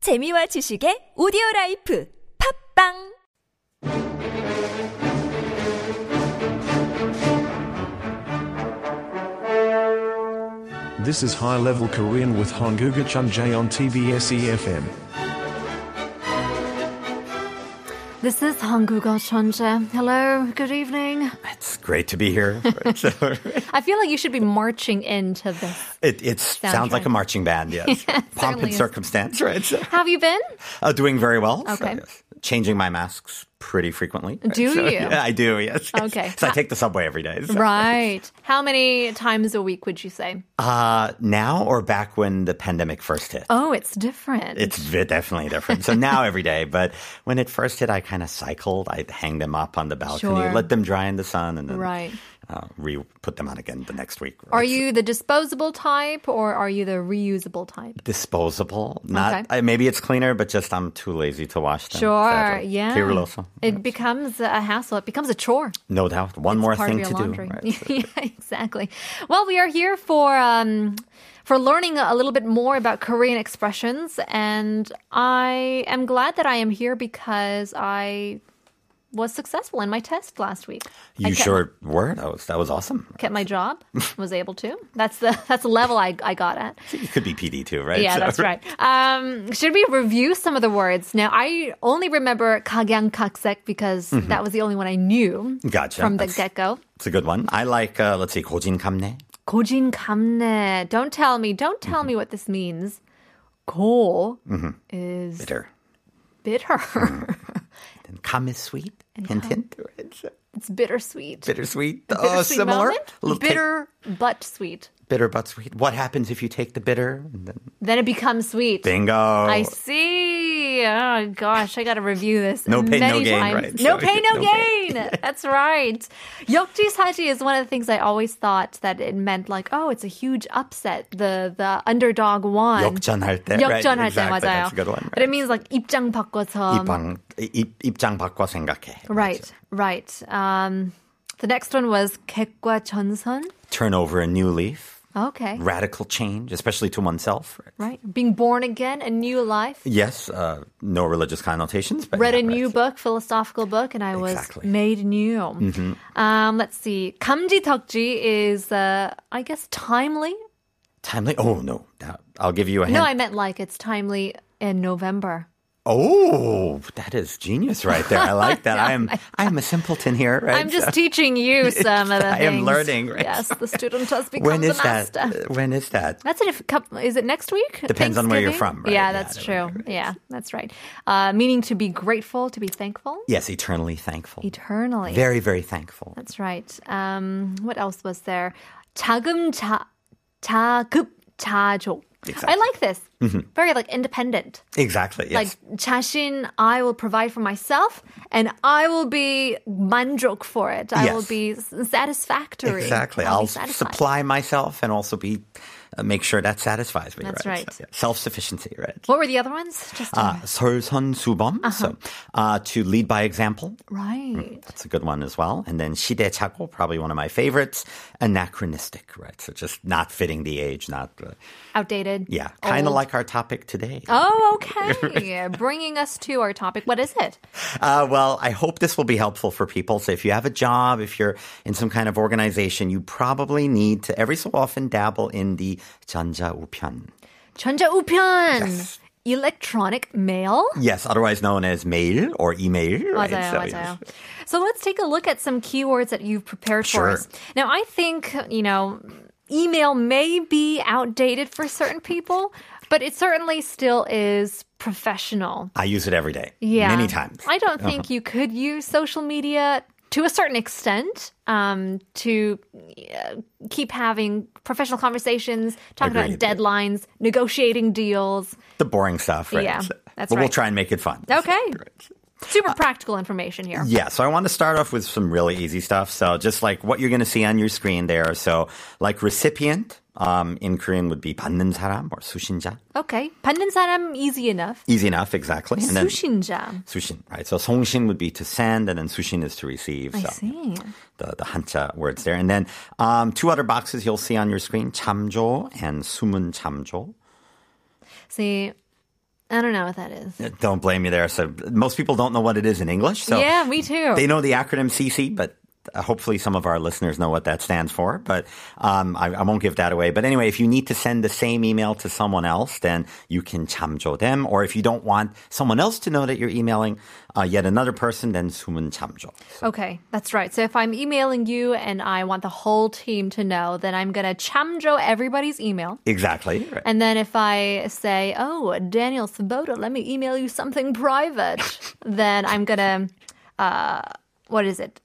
재미와 지식의 오디오 라이프 팝빵 This is High Level Korean with Honguga Chunjae on TBS EFM. This is Hangugo Chonje. Hello, good evening. It's great to be here. I feel like you should be marching into this. it it sounds like a marching band, yes. Pomp certainly and is. circumstance, right? So, Have you been? uh, doing very well. So, Okay. yes. Changing my masks pretty frequently. right? Do you? yeah, I do, yes. yes. Okay. So I take the subway every day. so. Right. How many times a week would you say? Uh, now or back when the pandemic first hit? Oh, it's different. It's ve- definitely different. So now every day, but when it first hit, I kind of cycled. I hang them up on the balcony, Sure. let them dry in the sun, and then Right. uh, re put them on again the next week. Are right? you the disposable type or are you the reusable type? disposable. Not Okay. uh, maybe it's cleaner, but just I'm too lazy to wash them. Sure. sadly. Yeah. Piruloso. It becomes a hassle. It becomes a chore. No doubt. One more part thing of to your laundry. do. right? yeah, exactly. Well, we are here for um, for learning a little bit more about Korean expressions, and I am glad that I am here because I was successful in my test last week. I You kept- sure were? That was that was awesome. Kept my job, was able to. That's the that's the level I, I got at. You could be PD too, right? Yeah, So- that's right. Um, should we review some of the words? Now, I only remember kagyang kaksek because that was the only one I knew Mm-hmm. Gotcha. from the That's- get go. It's a good one. I like uh, let's see, Gojin Kamne. 고진 감내. Don't tell me. Don't tell me Mm-hmm. what this means. 고 is Bitter. bitter. Mm-hmm. And Kam is sweet. hint hint. Right? So it's bittersweet. Bittersweet. Bittersweet uh, similar. moment? Little take- Bitter but sweet. bitter but sweet. What happens if you take the bitter? And then Then it becomes sweet. bingo. I see. Oh gosh, I got to review this. No pain, many no gain, times. right? No So, pain, no, no pain. gain. That's right. Yokjisaji is one of the things I always thought that it meant like, oh, it's a huge upset. The the underdog won. 역전할 때, right, 역전할 때 exactly, 맞아요. that's a good one, But it means like 입장 바꿔서. 입장, 입, 입장 바꿔 생각해. um, Right, right. Um, the next one was 객과 전선. Turn over a new leaf. Okay. radical change, especially to oneself. Right. Being born again, a new life. Yes, uh, no religious connotations. But Read yeah, a new right. book, philosophical book, and I was Exactly. Mm-hmm. made new. Um, let's see. 감지덕지 is, uh, I guess, timely. Timely. Oh no, That- I'll give you a hint. No, I meant like it's timely in November. oh, that is genius right there. I like that. I am. I am a simpleton here. Right. I'm just teaching you some of the I things. am learning, right? Yes, the student has become when is the that? master. When is that? That's it. If is it next week? Depends on where you're Thanksgiving? from, right? Yeah, Yeah, that's that true. Yeah, that's right. Uh, meaning to be grateful, to be thankful Yes, eternally thankful. eternally. Very, very thankful. That's right. Um, what else was there? 자금자 자급자족. I Exactly. like this. Very like independent. Exactly. Yes. Like 자신, I will provide for myself, and I will be 만족 for it. I will Yes. be s- satisfactory. exactly. I'll, I'll be s- satisfied. supply myself and also be uh, make sure that satisfies me. That's right. Self sufficiency. Right. What were the other ones? Just Uh, 설선수범, Uh-huh. so uh, to lead by example. right. That's a good one as well. And then 시대착오, probably one of my favorites. Anachronistic, right? So just not fitting the age, not uh, Outdated. yeah, kind of old. like our topic today. Oh, okay. Bringing us to our topic. What is it? Uh, well, I hope this will be helpful for people. So if you have a job, if you're in some kind of organization, you probably need to every so often dabble in the 전자우편. 전자 우편. Yes. Electronic mail. Yes, otherwise known as mail or email. Right? 맞아요, So, 맞아요. So let's take a look at some keywords that you've prepared for Sure. us. Now, I think, you know, email may be outdated for certain people, but it certainly still is professional. I use it every day. Yeah. Many times. Uh-huh. I don't think you could use social media to a certain extent um, to uh, keep having professional conversations, talking about Agreed. deadlines, negotiating deals. the boring stuff, right? Yeah, So- that's but right. we'll try and make it fun. Okay. Super Uh, practical information here. Yeah, so I want to start off with some really easy stuff. So just like what you're going to see on your screen there. So like recipient um, in Korean would be 받는 사람 or 수신자. Okay. 받는 사람 easy enough. Easy enough, exactly. And then 수신자. 수신, right? So 송신 would be to send, and then sushin is to receive. I so see. the the 한자 words there, and then um, two other boxes you'll see on your screen: 참조 and 숨은 참조. See, I don't know what that is. Don't blame you there. So most people don't know what it is in English. So yeah, me too. they know the acronym CC, but uh, hopefully some of our listeners know what that stands for. But um, I, I won't give that away. But anyway, if you need to send the same email to someone else, then you can 참조 them. Or if you don't want someone else to know that you're emailing uh, yet another person, then 숨은 참조. okay, that's right. So if I'm emailing you and I want the whole team to know, then I'm gonna chamjo everybody's email. Exactly. Right. And then if I say, "Oh, Daniel Sabota, let me email you something private," then I'm gonna, uh, what is it?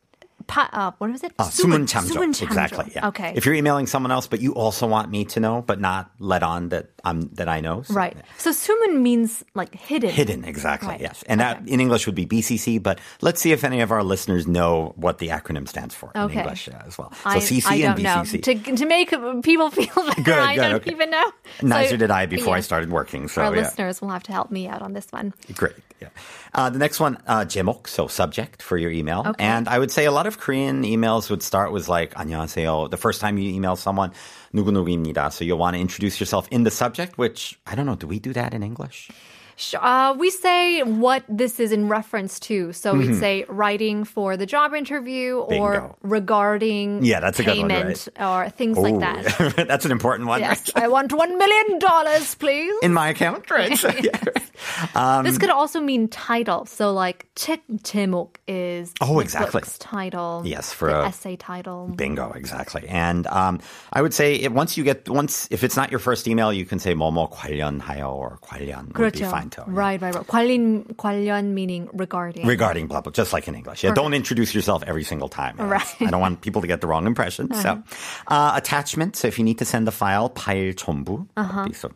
Pa- uh, what is it? Uh, 숨은 Sumun- 참조. sumun chamjo. Exactly. Yeah. Okay. If you're emailing someone else, but you also want me to know, but not let on that I'm that I know. so- right. So sumun means like hidden. Hidden, exactly, Right. yes. And that in English would be BCC, but let's see if any of our listeners know what the acronym stands for in Okay. English uh, as well. So I, CC I and don't know. BCC. To, to make people feel better, Good, I good, don't okay. even know. Neither So, did I before I yeah, started working. So, Our yeah. listeners will have to help me out on this one. Great. Yeah. Uh, the next one, uh, 제목, so subject for your email. Okay. And I would say a lot of Korean emails would start with like 안녕하세요. The first time you email someone, 누구누구입니다. So you'll want to introduce yourself in the subject, which I don't know. Do we do that in English? Sh- Uh, we say what this is in reference to. So we'd say writing for the job interview or Mm-hmm. Bingo. regarding Yeah, that's a good one, Oh. payment or things like that. Ooh, that's an important one. Yes, I right? want one million dollars, please. In my account, right? So, yeah. this um, could also mean title. So like 책 제목 is Oh, the exactly. book's title. Yes, for the a- essay title. Bingo, exactly. And um, I would say it, once you get once if it's not your first email, you can say 뭐뭐 관련하여 or 관련 would be 그렇죠. fine too. yeah. Right, right, right. 관련 관련 meaning regarding. Regarding blah blah, just like in English. Yeah, don't introduce yourself every single time. Yeah, that's- Right. Uh-huh. I don't want people to get the wrong impression. So, uh, attachment. So if you need to send the file, 파일 전부. Uh-huh. that'd be So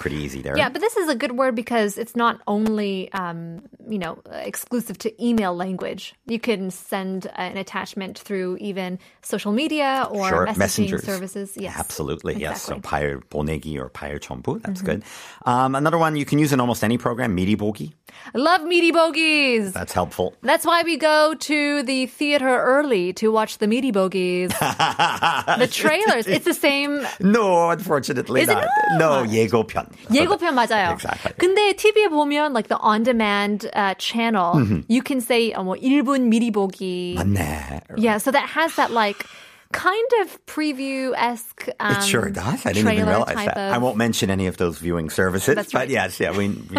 pretty easy there. Yeah, but this is a good word because it's not only um, you know exclusive to email language. You can send an attachment through even social media or Sure, messaging messengers. services. Yes, Absolutely, yes. So Exactly. Mm-hmm. 파일 보내기 or 파일 전부, that's good. Um, another one you can use in almost any program, 미리 보기. I love meaty bogies. That's helpful. That's why we go to the theater early to watch the meaty bogies, the trailers. It's the same No, unfortunately Is it not. not? No, 예고편. 예고편 맞아요. Exactly. 근데 TV에 보면 like the on-demand uh, channel, you can say 어, 뭐 1분 미리 보기. 맞네. Yeah, so that has that like kind of preview esque. Um, It sure does. I didn't even trailer realize type that. of- I won't mention any of those viewing services. That's right. But yes, yeah, we. we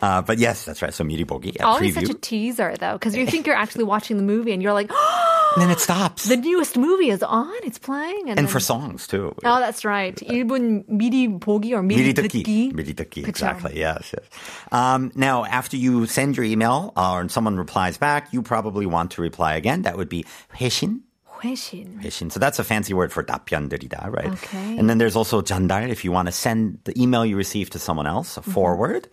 uh, but yes, that's right. So Miri Bogi, a Always preview. Oh, such a teaser though, because you think you're actually watching the movie and you're like, oh, and then it stops. the newest movie is on, it's playing, and, and then- for songs too. Oh, that's right. 1분 미리 보기 or 미리 Miri 듣기. 듣기. Miri 듣기, 그쵸. Exactly. Yes. yes. Um, now, after you send your email uh, and someone replies back, you probably want to reply again. That would be 회신. 회신. 회신. So that's a fancy word for 답변드리다, right? Okay. And then there's also 전달 if you want to send the email you receive to someone else, a Mm-hmm. forward.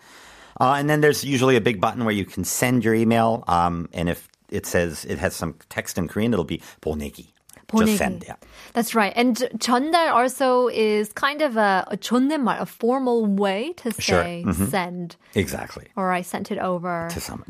Uh, and then there's usually a big button where you can send your email. Um, and if it says it has some text in Korean, it'll be 보내기. Just 보내기. send, yeah. That's right. And 전달 also is kind of a, a 존댓말, a formal way to Sure. say send Exactly. or I sent it over. To someone.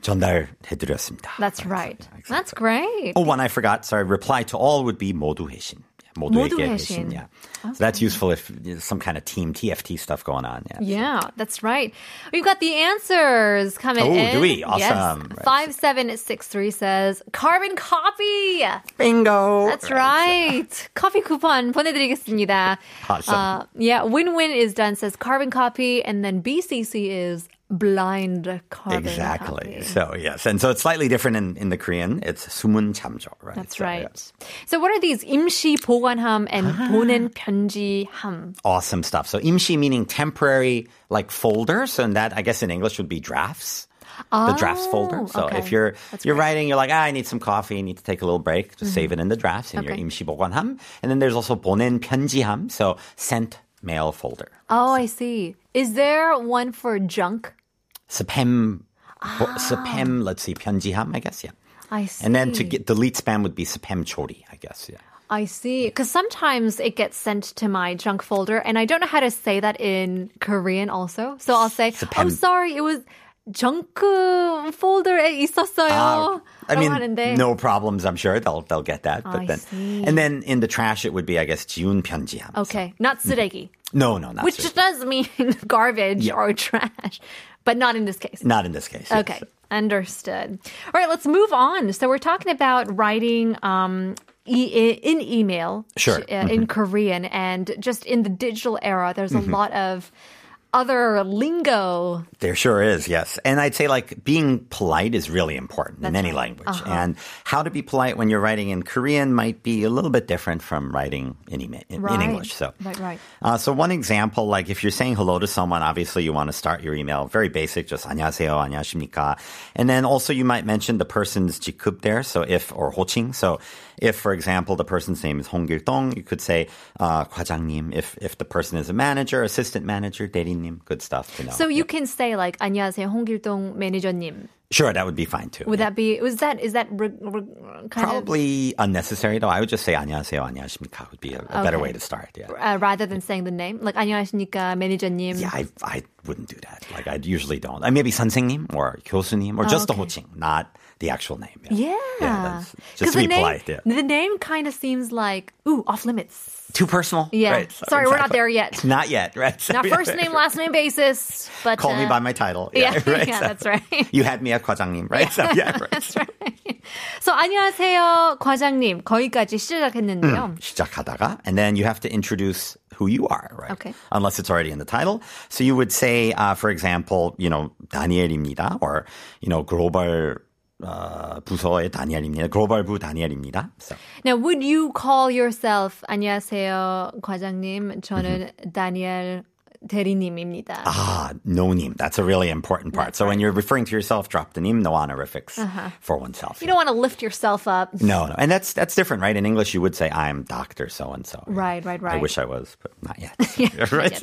전달해드렸습니다. That's right. That's great. Oh, one I forgot. Sorry. Reply to all would be 모두 회신. Yeah, 모두에게 모두 회신. 회신, Yeah. So that's useful if there's some kind of team TFT stuff going on. Yeah. Yeah, that's right. We've got the answers coming Oh, in. do we? Yes. Awesome. Right. 5763 says, carbon copy. Bingo. That's right. Coffee coupon 보내드리겠습니다. Awesome. Uh, yeah, win-win is done, says carbon copy, and then BCC is blind carbon Exactly. copy. So yes, and so it's slightly different in, in the Korean. It's sumun chamjo, right? That's So, yeah. Ah. right. So what are these 임시 보관함 and 보낸 편지함? Awesome stuff. So imshi meaning temporary, like folder. So and that I guess in English would be drafts. the drafts folder. Oh, So okay. if you're you're writing, you're like, ah, I need some coffee, I need to take a little break. Just save it in the drafts in Mm-hmm. Okay. your 임시 보관함. And then there's also 보낸 편지함. So sent mail folder. Oh, I see. Is there one for junk? Spam. Ah. 보- Spam. Let's see, 편지함. I guess yeah. I see. And then to get delete spam would be spam chori. I guess yeah. I see. Because sometimes it gets sent to my junk folder, and I don't know how to say that in Korean also. So I'll say, pen- oh, sorry, it was junk uh, folder에 있었어요. Ah, I mean, 하는데. no problems. I'm sure they'll they'll get that. But I then, see. and then in the trash, it would be, I guess, 지운 편지함. Okay, not 쓰레기, No, no, not which serious. does mean garbage or trash. but not in this case. Not in this case. yes. Okay, understood. All right, let's move on. So we're talking about writing um, e- in email Sure. uh, Mm-hmm. in Korean, and just in the digital era, there's a lot of other lingo. There sure is, yes. And I'd say like being polite is really important in any language. Uh-huh. And how to be polite when you're writing in Korean might be a little bit different from writing in, ema- in, in Right. English. So, Right, right. Uh, so one example, like if you're saying hello to someone, obviously you want to start your email very basic, just 안녕하세요, 안녕하십니까. And then also you might mention the person's 직급 there, so if or 호칭. So if, for example, the person's name is 홍길동, you could say uh, 과장님. If if the person is a manager, assistant manager, 대리님, good stuff to know. So you can say like 안녕하세요 홍길동 매니저님. Sure, that would be fine too. Would that be? Was that is that re, re, kind Probably unnecessary though. I would just say 안녕하세요, 안녕하십니까 would be a, a better Okay. way to start. Yeah. of uh, rather than saying the name like 안녕하십니까 매니저님? Yeah, I, I wouldn't do that. Like I usually don't. I maybe 선생님 or 교수님 or just okay. the 호칭, not the actual name. Yeah. that's- 'Cause just to the be name, polite. Yeah. The name kind of seems like, ooh, off limits. Too personal. Yeah. Right. Sorry, we're not there yet. Not yet. Right. So, Not yeah, first right. name, last name basis, but. Call me uh, by my title. Yeah, Yeah. right. yeah, So, that's right. You had me at 과장님, right? So, yeah, right. So, So, 안녕하세요, 과장님. 거기까지 시작했는데요. 시작하다가, and then you have to introduce who you are, right? Okay. Unless it's already in the title. So you would say, uh, for example, you know, 다니엘입니다, or you know, 글로벌 uh, 부서의 다니엘입니다, 글로벌부 다니엘입니다. So. Now, would you call yourself, 안녕하세요, 과장님. 저는 다니엘 대리님입니다. Ah, no name. That's a really important part. so when you're referring to yourself, drop the name, no honorifics for oneself. Uh-huh. You don't want to lift yourself up. no, no, and that's that's different, right? In English, you would say I'm Doctor So and So. Right, right, I right. wish I was, but not yet. right.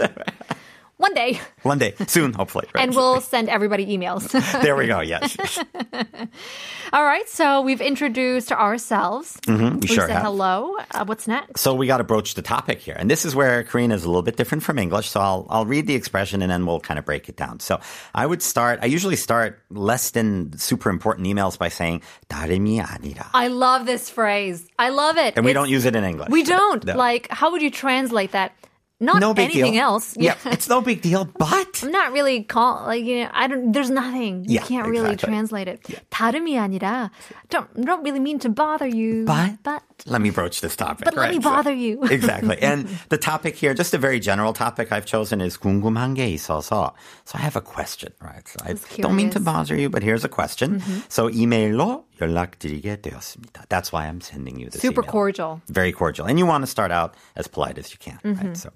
One day, One day, soon, hopefully. Right? and we'll send everybody emails. there we go. Yes, All right, so we've introduced ourselves. Mhm, we We sure said have. hello. Uh, what's next? So we got to broach the topic here, and this is where Korean is a little bit different from English. So I'll I'll read the expression and then we'll kind of break it down. So I would start. I usually start less than super important emails by saying 다름이 아니라, I love this phrase. I love it. and we It's- don't use it in English. We don't. No. Like, how would you translate that? Not no big anything deal. else. Yeah, it's no big deal, but I'm not really call like you know, I don't there's nothing. You Yeah, can't really exactly. translate it. 다름이 아니라 don't don't really mean to bother you. But- but let me broach this topic. But let me so- bother you. exactly. And the topic here, just a very general topic I've chosen is 궁금한 게 있어서. So I have a question, right? So I don't mean to bother you, but here's a question. Mm-hmm. So email로 연락드리게 되었습니다. That's why I'm sending you this super email. cordial. Very cordial. And you want to start out as polite as you can, Mm-hmm. right? So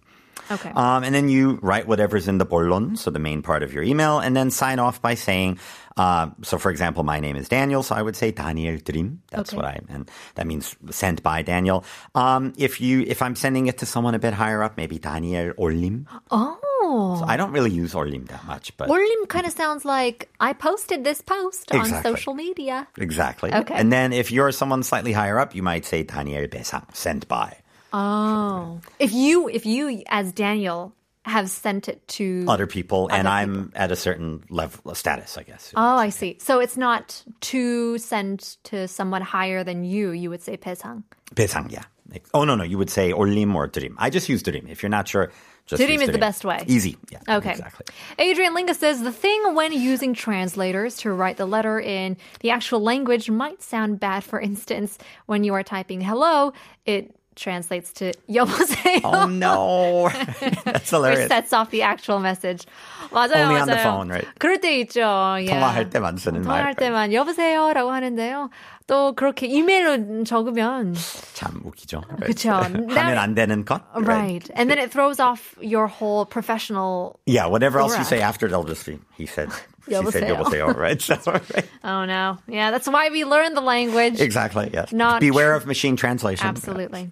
Okay. Um, and then you write whatever's in the bolon, so the main part of your email, and then sign off by saying, uh, so for example, my name is Daniel, so I would say Daniel Dream. That's Okay. what I, and that means sent by Daniel. Um, if you, if I'm sending it to someone a bit higher up, maybe Daniel Orlim. oh. So I don't really use Orlim that much, but. Orlim kind of sounds like I posted this post on Exactly. social media. Exactly. Okay. And then if you're someone slightly higher up, you might say Daniel Besang, sent by Oh. If you if you as Daniel have sent it to other people, and I'm at a certain level, status, I guess. Oh, I see. So it's not to send to someone higher than you. You would say pesang. Besang, yeah. Like- Oh no, no, you would say orlim or dream. I just use dream. If you're not sure, just Dream use is the best way. Easy. Yeah. Okay. Exactly. Adrian Linga says the thing when using translators to write the letter in the actual language might sound bad. For instance, when you are typing hello, it translates to 여보세요. Oh no, Which that's hilarious. sets off the actual message. 맞아요, Only 맞아요. on the phone, right? 그럴 때 있죠. Yeah. 통화할 때만 쓰는 통화할 말. 때만 여보세요라고 하는데요. 또 그렇게 이메일로 적으면 참 웃기죠. 그쵸. 하면 안 되는 것. Right. And then it throws off your whole professional. Yeah. Whatever else you Correct. say after, they'll just be. He said. she said. 여보세요. 여보세요. Right. So, right. Oh, no. Yeah, that's why we learn the language. Exactly. Yes. Not Beware of machine translation. Absolutely.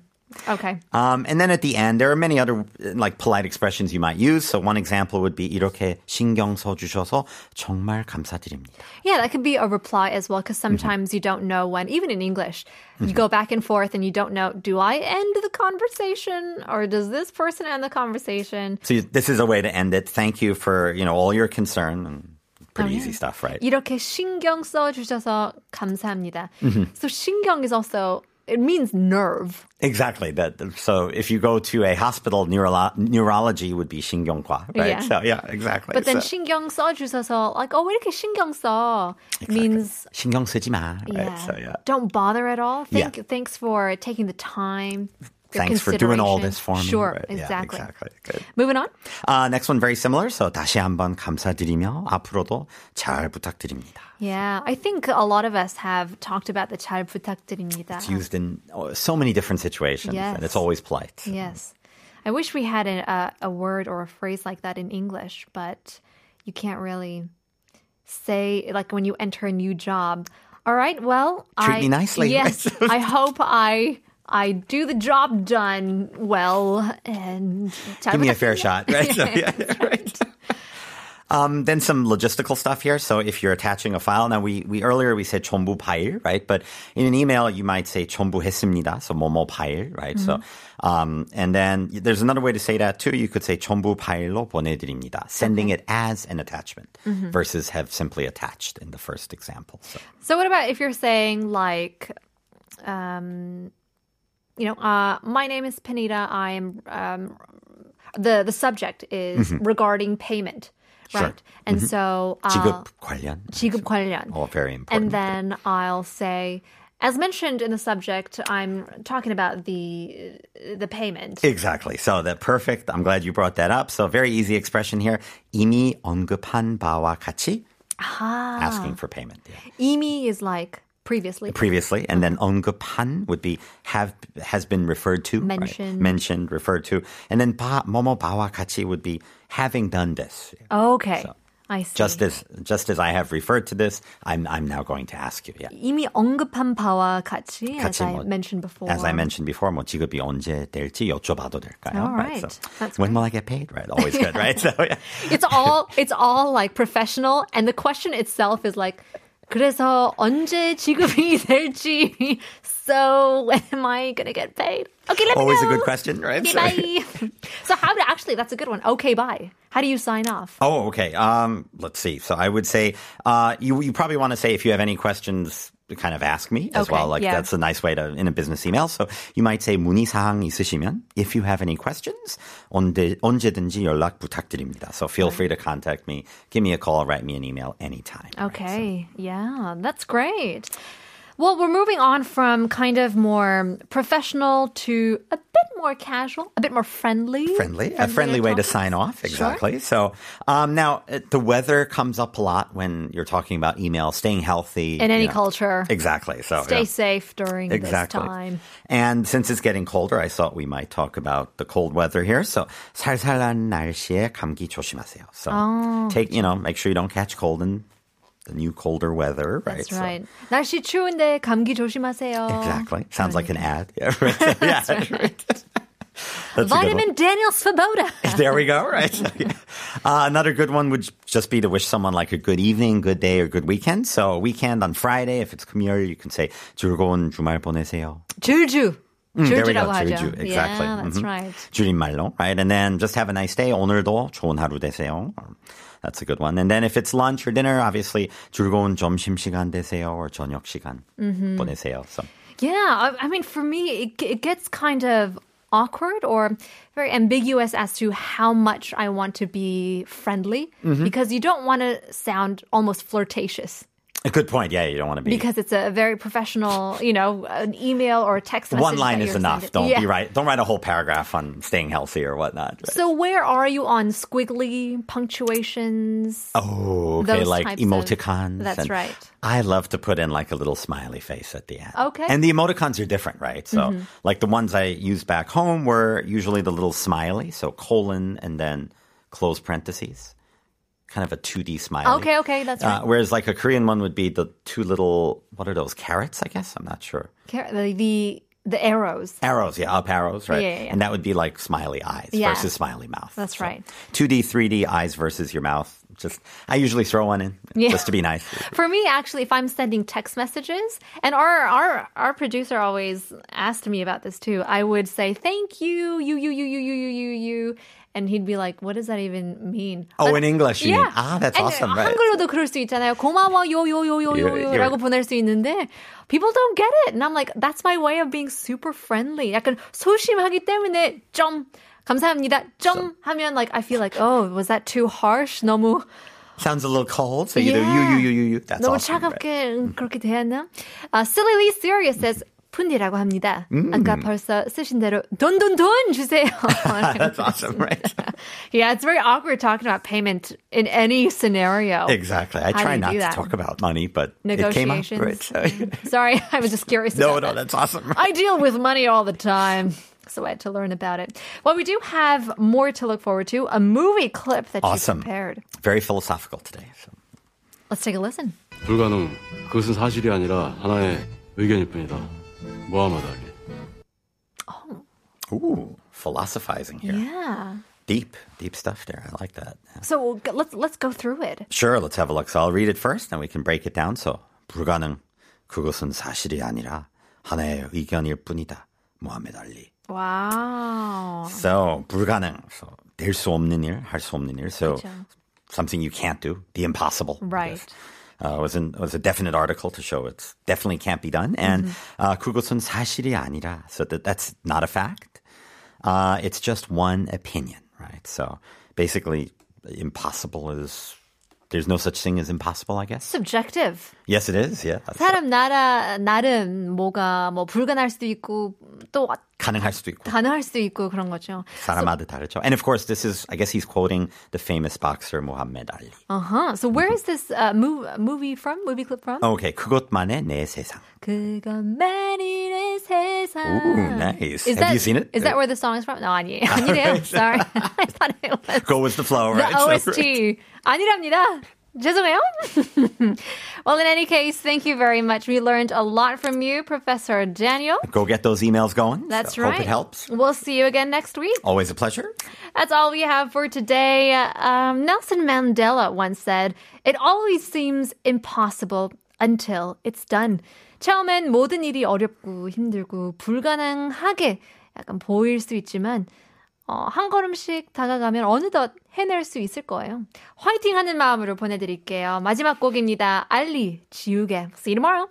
Okay. Um, and then at the end, there are many other like polite expressions you might use. So one example would be 이렇게 신경 써주셔서 정말 감사드립니다. Yeah, that could be a reply as well, because sometimes you don't know when, even in English, you go back and forth and you don't know do I end the conversation or does this person end the conversation? So you, this is a way to end it. Thank you for you know all your concern and Oh, pretty easy stuff, right? Mm-hmm. 이렇게 신경 써주셔서 감사합니다. So 신경 is also it means nerve. Exactly. That so if you go to a hospital, neurolo- neurology would be 신경과, right? Yeah. So yeah, exactly. But then so, 신경 써 주셔서 like oh 왜 이렇게 신경 써 means 신경 쓰지 마. Right? yeah, So yeah. don't bother at all. Thank Yeah. thanks for taking the time. your Thanks for doing all this for me. consideration. Sure, Right, yeah, exactly. exactly. Good. Moving on. Uh, next one very similar. So 다시 한번 감사드리며 앞으로도 잘 부탁드립니다. Yeah, I think a lot of us have talked about the 잘 부탁드립니다. It's used in oh, so many different situations, Yes. and it's always polite. Yes. I wish we had a, a, a word or a phrase like that in English, but you can't really say, like when you enter a new job, all right, well, I, Treat me nicely, right? Yes. I hope I. I do the job done well and Give me a fair shot, right? So, yeah, yeah, right. Um, then some logistical stuff here. So if you're attaching a file, now we, we earlier we said 전부 파일, right? But in an email, you might say 전부 했습니다. So 뭐뭐 파일, right? So, um, and then there's another way to say that too. You could say 전부 파일로 보내드립니다. Sending it as an attachment versus have simply attached in the first example. So. So what about if you're saying like, um, you know, uh, my name is Panita. I'm um, the the subject is regarding payment, Mm-hmm. Sure. Mm-hmm. right? And so uh, 지급 관련. 지급 관련. Oh, very important. and then I'll say, as mentioned in the subject, I'm talking about the the payment. Exactly. So that perfect. I'm glad you brought that up. So very easy expression here. 이미 언급한 바와 같이 asking for payment. Yeah. Imi is like previously. Previously, and then 언급한 would be have has been referred to, right? Mentioned. mentioned, referred to, and then 바, 뭐뭐 바와 같이 would be having done this. okay, I see. Just as just as I have referred to this, I'm I'm now going to ask you. Yeah. 이미 언급한 바와 같이, as 같이 I 뭐- mentioned before. As I mentioned before, 뭐 지급이 언제 될지 여쭤봐도 될까요? All right. So, That's when will I get paid? Right. Always good. Right. So yeah. it's all it's all like professional and the question itself is like 그래서 언제 지급이 될지 so when am I gonna get paid okay let Always me a know good question, right? okay, So, yeah. bye so how do actually that's a good one okay bye how do you sign off Oh, okay. Um, let's see. So I would say uh, you you probably want to say if you have any questions, kind of ask me as Okay, well. Like yeah. that's a nice way to in a business email. So you might say 문의 사항 있으시면 if you have any questions 언제 언제든지 연락 부탁드립니다. So feel free to contact me, give me a call, write me an email anytime. right? okay yeah that's great well we're moving on from kind of more professional to a bit more casual a bit more friendly friendly, a friendly way to talk. sign off. Exactly. So um, now uh, the weather comes up a lot when you're talking about email, staying healthy In any you know. culture. Exactly. So stay yeah. safe during Exactly. this time And since it's getting colder, I thought we might talk about the cold weather here. So 살살한 날씨에 감기 조심하세요. So Oh. take, you know, make sure you don't catch cold in the new colder weather, right? That's So- right. Oh, 날씨 추운데 감기 조심하세요. uh, exactly. Sounds like an ad. Yeah. Right. So, yeah. right. That's a good one. Mm, Vitamin Daniel Svoboda. there we go, right? So, yeah. uh, another good one would just be to wish someone like a good evening, good day, or good weekend. So weekend on Friday, if it's communal, you can say 즐거운 주말 보내세요. 줄주. there we go, 줄주라고 하죠. 줄주. Exactly. Yeah, that's Mhm. right. 줄임말로, right? And then just have a nice day. 오늘도 좋은 하루 되세요. That's a good one. And then if it's lunch or dinner, obviously 즐거운 점심시간 되세요 or 저녁 시간 Mm-hmm. 보내세요. So Yeah, I, I mean, for me, it, it gets kind of awkward or very ambiguous as to how much I want to be friendly Mm-hmm. because you don't want to sound almost flirtatious a good point. Yeah, you don't want to be. because it's a very professional, you know, an email or a text message. one that line is you're enough. sending. Don't Yeah. be right. Don't write a whole paragraph on staying healthy or whatnot. right? So where are you on squiggly punctuations? Oh, okay, Those like types of- emoticons. That's and right. I love to put in like a little smiley face at the end. Okay. Mm-hmm. And the emoticons are different, right? So, like the ones I used back home were usually the little smiley, so colon and then close parentheses, kind of a 2D smiley. Okay, okay, that's right. Uh, whereas like a Korean one would be the two little, what are those, carrots, I guess? I'm not sure. Car- the, the the arrows. Arrows, yeah, up arrows, right? Yeah, yeah, yeah. And that would be like smiley eyes Yeah. versus smiley mouth. That's right. 2D, 3D eyes versus your mouth. Just, I usually throw one in Yeah. just to be nice. For me, actually, if I'm sending text messages, and our our our producer always asked me about this too, I would say thank you, you you you you you you you you, and he'd be like, "What does that even mean?" Oh, But- in English, you yeah. mean? Ah, that's and awesome. Right. 한글로도 그럴 수 있잖아요. 고마워요, 요, 요, 요, You're- 요, you're- 요라고 보낼 수 있는데 people don't get it. And I'm like, that's my way of being super friendly. 약간 소심하기 때문에 점 감사합니다. 점 하면 like I feel like, oh, was that too harsh? 너무 Sounds a little cold. So you do you, Yeah. you, you, you, you. That's 너무 awesome. right. 차갑게 음, 그렇게 대하나? 아, Sillily Serious says 푼디라고 합니다. 아까 벌써 쓰신 대로 돈 돈 돈 주세요. That's awesome, right? yeah, it's very awkward talking about payment in any scenario. exactly. I How do try you not do to that? talk about money, but it came up. Negotiations. Right? So- Sorry, I was just curious. no, about no, that. that's awesome. I deal with money all the time. So I had to learn about it. Well, we do have more to look forward to. A movie clip that you Awesome. prepared. Very philosophical today. So. Let's take a listen. 불가능. 그것은 사실이 아니라 하나의 의견일 뿐이다. 모함하다기. Ooh, philosophizing here. Yeah. Deep, deep stuff there. I like that. So we'll go- let's let's go through it. Sure, let's have a look. So I'll read it first, and we can break it down. So 불가능. 그것은 사실이 아니라 하나의 의견일 뿐이다. 모함에 달리. Wow. So 불가능. So 될 수 없는 일, 할 수 없는 일. So 그렇죠. something you can't do, the impossible. I Right. guess. Uh, was in, was a definite article to show it definitely can't be done. And Mm-hmm. uh, 그것은 사실이 아니라. So that, that's not a fact. Uh, it's just one opinion, right? So basically, impossible is there's no such thing as impossible, I guess. Subjective. Yes, it is. Yeah. That's- 사람 나라 나름 뭐가 뭐 불가능할 수도 있고 또 가능할 수도 있고. 가능할 수도 있고 그런 거죠. 사람마다 다르죠. And of course, this is, I guess he's quoting the famous boxer Muhammad Ali. Uh huh. So where is this uh, mov- movie from? Movie clip from? Okay, 그것만의 내 세상. 그것만이 내 세상. Ooh, nice. Is Have that, you seen it? Is that where the song is from? No, 아니, 아니래요. Sorry. I thought it was. Go with the flow, The right? So, right. OST. 아니랍니다. 죄송해요. well, in any case, thank you very much. We learned a lot from you, Professor Daniel. Go get those emails going. That's So right. Hope it helps. We'll see you again next week. Always a pleasure. That's all we have for today. Um, Nelson Mandela once said, It always seems impossible until it's done. 처음엔 모든 일이 어렵고 힘들고 불가능하게 약간 보일 수 있지만 어, 한 걸음씩 다가가면 어느덧 해낼 수 있을 거예요. 화이팅 하는 마음으로 보내드릴게요. 마지막 곡입니다. 알리, 지우개. See you tomorrow.